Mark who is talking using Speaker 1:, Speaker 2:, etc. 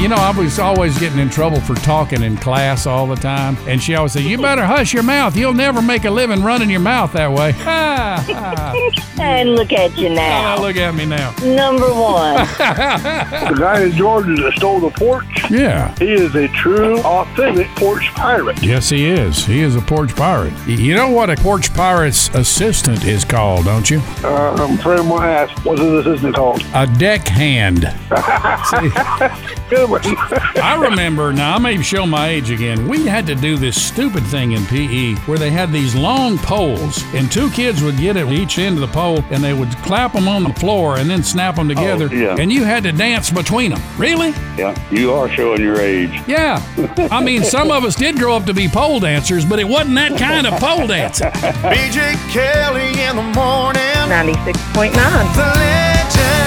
Speaker 1: You know, I was always getting in trouble for talking in class all the time, and she always said, "You better hush your mouth. You'll never make a living running your mouth that way."
Speaker 2: and look at you
Speaker 1: Now
Speaker 2: now.
Speaker 1: look at me now.
Speaker 2: Number one.
Speaker 3: The guy in Georgia that stole the porch,
Speaker 1: Yeah.
Speaker 3: he is a true, authentic porch pirate.
Speaker 1: Yes, he is. He is a porch pirate. Y- You know what a porch pirate's assistant is called, don't you?
Speaker 3: Uh, I'm afraid my ass. What's his assistant called?
Speaker 1: A deckhand. See,
Speaker 3: Good one.
Speaker 1: I remember, now I may show my age again. We had to do this stupid thing in PE where they had these long poles, and two kids would get at each end of the pole and they would clap them on the floor and then snap them together.
Speaker 4: yeah.
Speaker 1: And you had to dance between them. Really?
Speaker 4: Yeah, you are showing your age.
Speaker 1: Yeah. I mean, some of us did grow up to be pole dancers, but it wasn't that kind of pole dancing.
Speaker 5: BJ Kelly in the morning.
Speaker 6: 96.9.
Speaker 5: The legend.